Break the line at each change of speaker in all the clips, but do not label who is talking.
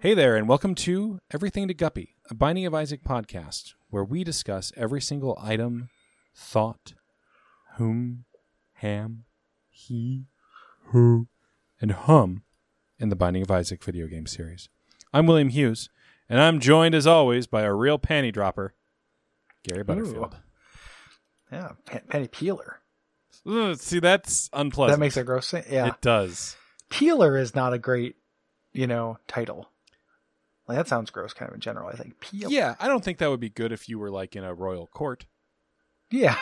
Hey there, and welcome to Everything to Guppy, a Binding of Isaac podcast, where we discuss every single item, thought, whom, ham, he, who, and hum in the Binding of Isaac video game series. I'm William Hughes, and I'm joined as always by a real panty dropper, Gary Butterfield.
Yeah, pan- penny peeler.
Ugh, see, that's unpleasant.
That makes a gross thing. Yeah,
It does.
peeler is not a great, you know, title. Like that sounds gross, kind of in general. I think peel.
Yeah, I don't think that would be good if you were like in a royal court.
yeah,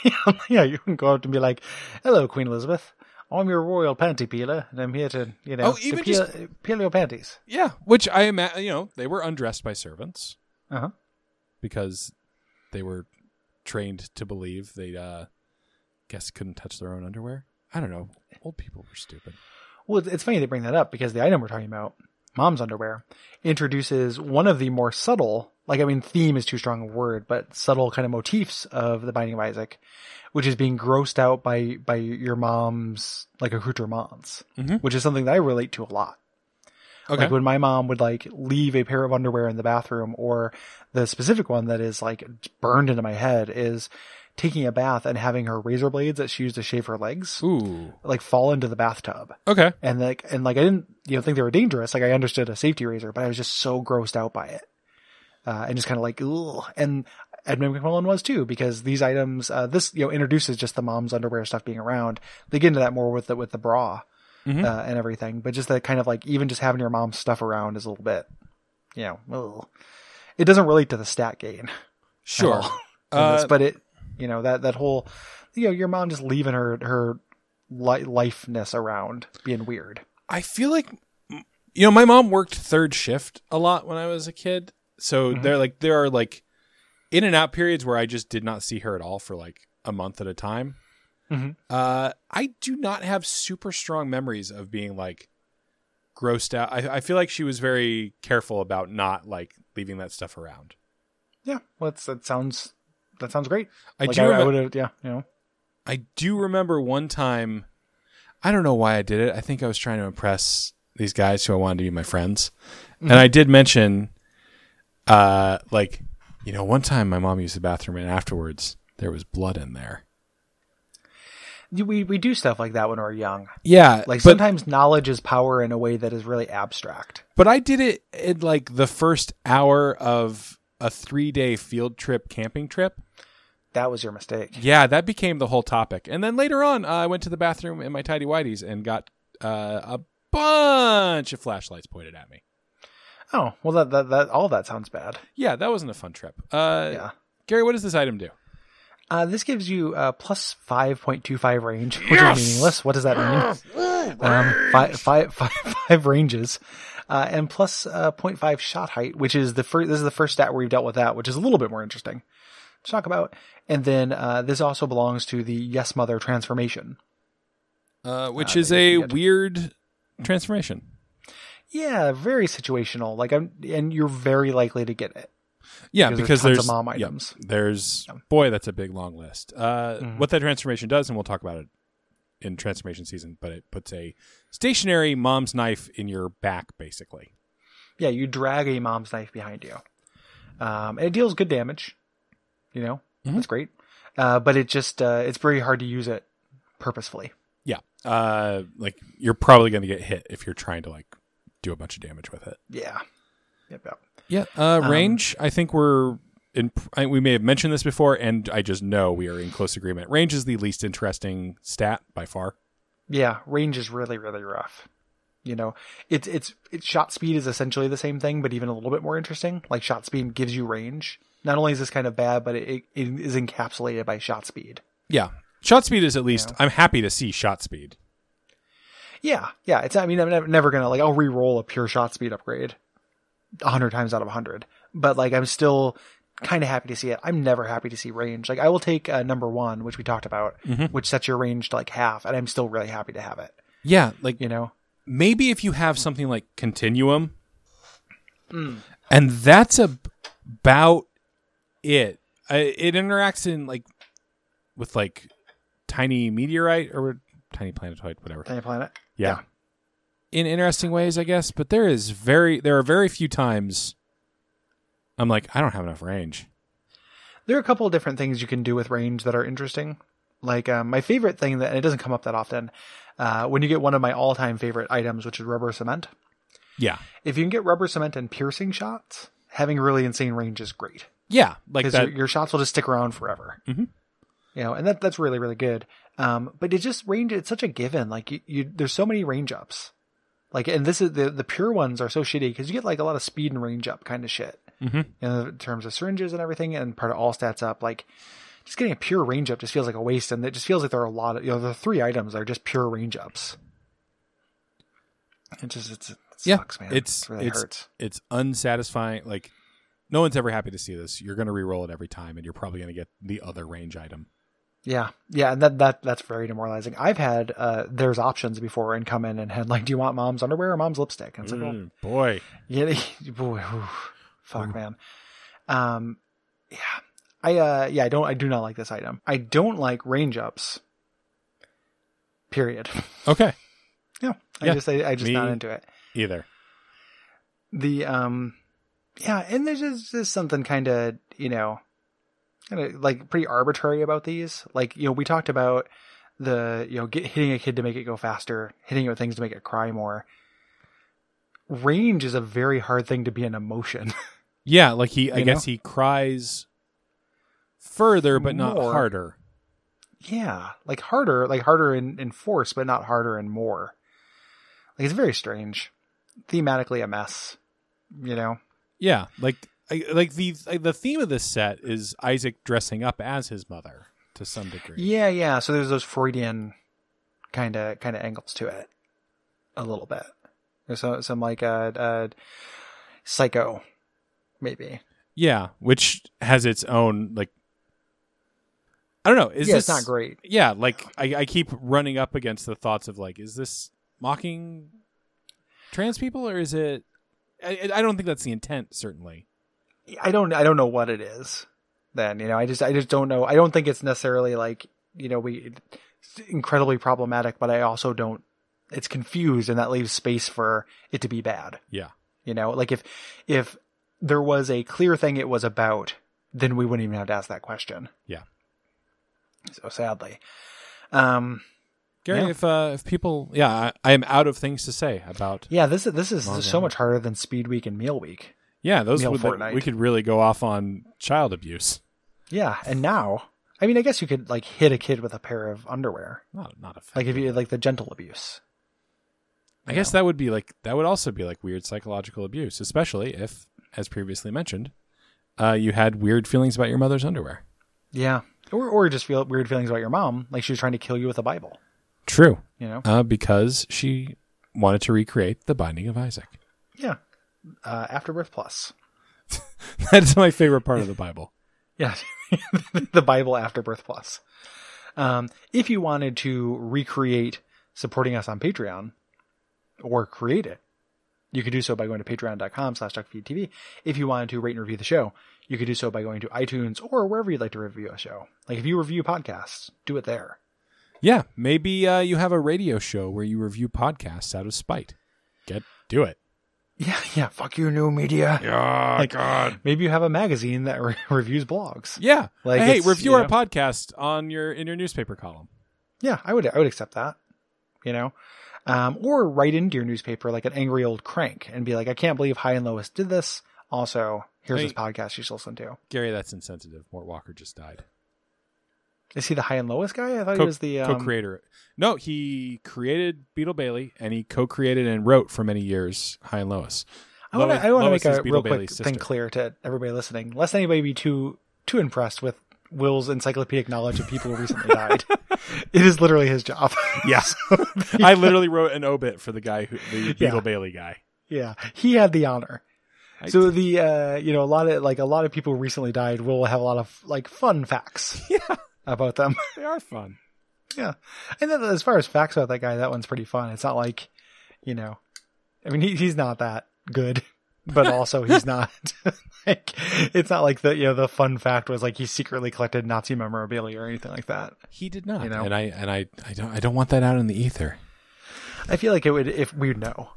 yeah. You can go up and be like, "Hello, Queen Elizabeth. I'm your royal panty peeler, and I'm here to, you know,
Oh, even
to peel, peel your panties."
Yeah, which I imagine, you know, they were undressed by servants
Uh-huh.
because they were trained to believe they, uh, guess, couldn't touch their own underwear. I don't know. Old people were stupid.
Well, it's- it's funny they bring that up because the item we're talking about, mom's underwear, introduces one of the more subtle, like, I mean, theme is too strong a word, but subtle kind of motifs of the Binding of Isaac, which is being grossed out by, by your mom's, like, accoutrements,
Mhm.
which is something that I relate to a lot.
Okay.
Like when my mom would like leave a pair of underwear in the bathroom or the specific one that is like burned into my head is taking a bath and having her razor blades that she used to shave her legs
Ooh.
like fall into the bathtub
Okay.
and like and like I didn't you know think they were dangerous. Like I understood a safety razor, but I was just so grossed out by it, uh, and just kind of like ugh. And Edmund McMullen was too because these items uh, this you know introduces just the mom's underwear stuff being around. They get into that more with the with the bra
Mhm.
uh, and everything, but just that kind of like even just having your mom's stuff around is a little bit, you know, ugh. it doesn't relate to the stat gain
Sure.
all in this,
Uh,
but it, you know, that that whole, you know, your mom just leaving her her li- lifeness around, being weird.
I feel like, you know, my mom worked third shift a lot when I was a kid. So
Mhm.
there, like, there are like in and out periods where I just did not see her at all for like a month at a time.
Mhm.
Uh, I do not have super strong memories of being like grossed out. I, I feel like she was very careful about not like leaving that stuff around.
Yeah, well, that's, that sounds that sounds great.
I
like,
do.
I,
remem-
would have. Yeah, you know.
I do remember one time. I don't know why I did it. I think I was trying to impress these guys who I wanted to be my friends, and I did mention, uh, like, you know, one time my mom used the bathroom, and afterwards there was blood in there.
You- We we do stuff like that when we're young.
Yeah, but
Like sometimes knowledge is power in a way that is really abstract.
but I did it in like the first hour of a three day field trip camping trip.
That was your mistake.
Yeah, that became the whole topic, and then later on, uh, I went to the bathroom in my tidy whities and got uh, a bunch of flashlights pointed at me.
Oh well, that that, that all that sounds bad.
Yeah, that wasn't a fun trip. Uh,
Yeah.
Gary, what does this item do?
Uh, this gives you uh, plus five point two five range, which
Yes!
is meaningless. What does that mean? um, five, five, five, five ranges, uh, and plus uh, 0.5 shot height, which is the first. This is the first stat where we've dealt with that, which is a little bit more interesting to talk about. And then uh, this also belongs to the Yes Mother transformation.
Uh, which
Uh,
is
they-
a
they get-
weird transformation.
Yeah, very situational. Like I'm, and you're very likely to get it.
Yeah, because
Because there's
there's,
tons of mom
yeah,
items.
there's boy, that's a big long list. Uh,
Mhm.
What that transformation does, and we'll talk about it in transformation season, but it puts a stationary mom's knife in your back, basically.
Yeah, you drag a mom's knife behind you. Um, and it deals good damage. You know,
Mhm.
that's great. Uh, but it just uh, it's very hard to use it purposefully.
Yeah, uh, like you're probably going to get hit if you're trying to like do a bunch of damage with it.
Yeah. Yep. yep.
Yeah, uh,
Um,
range. I think we're in. I, we may have mentioned this before, and I just know we are in close agreement. Range is the least interesting stat by far.
Yeah, range is really really rough. You know, it's it's it's shot speed is essentially the same thing, but even a little bit more interesting. Like shot speed gives you range. Not only is this kind of bad, but it, it is encapsulated by shot speed.
Yeah, shot speed is at least. I'm happy to see shot speed.
Yeah, yeah. It's I mean I'm nev- never gonna like I'll re-roll a pure shot speed upgrade, a hundred times out of a hundred. But like I'm still kind of happy to see it. I'm never happy to see range. Like I will take uh, number one, which we talked about, which sets your range to like half, and I'm still really happy to have it.
Yeah, like
You know,
maybe if you have something like continuum, and that's ab- about it. I, it interacts in like with like tiny meteorite or tiny planetoid, whatever.
tiny planet.
Yeah. in interesting ways, I guess. But there is very there are very few times I'm like I don't have enough range.
There are a couple of different things you can do with range that are interesting. Like um, my favorite thing that and it doesn't come up that often. Uh, when you get one of my all-time favorite items, which is rubber cement,
Yeah,
if you can get rubber cement and piercing shots, having really insane range is great
yeah, like
because
that.
your, your shots will just stick around forever.
Mhm.
You know, and that that's really really good. Um, but it just range. It's such a given. Like you, you there's so many range ups. Like, and this is the the pure ones are so shitty because you get like a lot of speed and range up kind of shit
Mhm.
in terms of syringes and everything, and part of all stats up. Like, just getting a pure range up just feels like a waste, and it just feels like there are a lot of you know the three items are just pure range ups. It just it's it
Yeah,
sucks, man.
it's-
it really
it's-
hurts.
It's unsatisfying. Like no one's ever happy to see this. You're going to re-roll it every time, and you're probably going to get the other range item.
Yeah, yeah, and that that that's very demoralizing. I've had uh, there's options before and come in and had like, do you want mom's underwear or mom's lipstick? And it's like, well,
Mm, boy,
yeah, boy, oof, fuck,
Ooh.
man. Um, yeah, I uh, yeah, I don't, I do not like this item. I don't like range ups. Period.
okay,
I
Yeah,
just, I, I just
me-
not into it.
either.
the um yeah and there's just, just something kind of you know kind of like pretty arbitrary about these like you know we talked about the you know get, hitting a kid to make it go faster hitting it with things to make it cry more range is a very hard thing to be an emotion
Yeah, like he. I
You
guess he cries further, but not
More.
harder.
yeah like harder like harder in, in force but not harder in more like it's very strange thematically a mess you know
Yeah, like I, like the like the theme of this set is Isaac dressing up as his mother to some degree.
Yeah, yeah. So there's those Freudian kind of kind of angles to it, a little bit. There's some, some like uh, uh, psycho, maybe.
Yeah, which has its own like. I don't know. Is
yeah,
this
it's not great.
Yeah, like I, I keep running up against the thoughts of like, is this mocking trans people or is it? I, I don't think that's the intent. Certainly.
I don't I don't know what it is. Then you know I just I just don't know. I don't think it's necessarily like you know we it's incredibly problematic, but I also don't. It's confused, and that leaves space for it to be bad.
Yeah.
You know, like if if there was a clear thing it was about, then we wouldn't even have to ask that question.
Yeah.
So sadly, um,
Gary,
Yeah.
if uh, if people, yeah, I, I am out of things to say about.
yeah, this is this is
Well,
so
yeah.
much harder than Speed Week and Meal Week.
Yeah, those
Meal
would,
Fortnite.
we could really go off on child abuse.
Yeah, and now, I mean, I guess you could like hit a kid with a pair of underwear,
Not not a
like if you like the gentle abuse.
I guess that would be like that would also be like weird psychological abuse, especially if, as previously mentioned, uh, you had weird feelings about your mother's underwear.
Yeah. Or or just feel weird feelings about your mom, like she was trying to kill you with a Bible.
True,
You know.
uh, because she wanted to recreate the Binding of Isaac.
Yeah. Uh, Afterbirth Plus.
That's my favorite part of the Bible.
Yeah. the Bible Afterbirth Plus. Um, if you wanted to recreate supporting us on Patreon or create it, you could do so by going to patreon.com slash duckfeedtv. If you wanted to rate and review the show, you could do so by going to iTunes or wherever you'd like to review a show. Like if you review podcasts, do it there.
Yeah, maybe uh, you have a radio show where you review podcasts out of spite. Get do it.
Yeah, yeah. Fuck you, new media.
Yeah, God.
Maybe you have a magazine that re- reviews blogs.
Yeah.
Like,
hey,
it's,
review
you
our
know.
podcast on your in your newspaper column.
Yeah, I would I would accept that. You know? Um, or write into your newspaper like an angry old crank and be like, I can't believe High and Lowest did this. Also, here's
Hey.
this podcast you should listen to.
Gary, that's insensitive. Mort Walker just died.
Is he the High and Lowest guy? I thought
Co-
he was the um,
co-creator. No, he created Beetle Bailey, and he co-created and wrote for many years High and Lois.
I want
Lois-
to I want to
Lois
make a
is Beetle
real quick
Bailey's
thing
sister.
clear to everybody listening, lest anybody be too too impressed with Will's encyclopedic knowledge of people who recently died. It is literally his job.
Yes, I literally wrote an obit for the guy who the Beetle
Yeah.
Bailey guy.
yeah, he had the honor.
I-
so the uh you know a lot of like a lot of people who recently died will have a lot of like fun facts
Yeah.
about them
they are fun.
and then as far as facts about that guy that one's pretty fun it's not like you know i mean he, he's not that good but also he's not like it's not like the you know the fun fact was like he secretly collected nazi memorabilia or anything like that
He did not,
You know?
and I and I I don't I don't want that out in the ether.
I feel like it would if we know.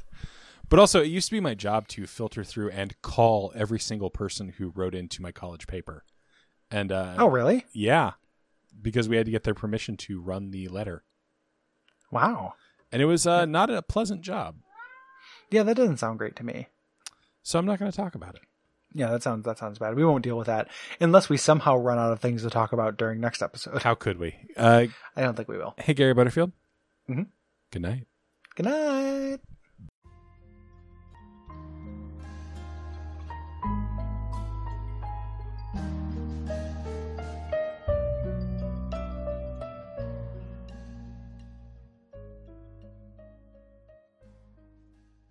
But also, it used to be my job to filter through and call every single person who wrote into my college paper. And uh,
Oh, really?
yeah, because we had to get their permission to run the letter,
Wow.
and it was uh, not a pleasant job.
Yeah, that doesn't sound great to me.
So I'm not going to talk about it.
Yeah, that sounds that sounds bad. We won't deal with that unless we somehow run out of things to talk about during next episode.
How could we? Uh,
I don't think we will.
hey, Gary Butterfield.
Mhm.
Good night.
Good night.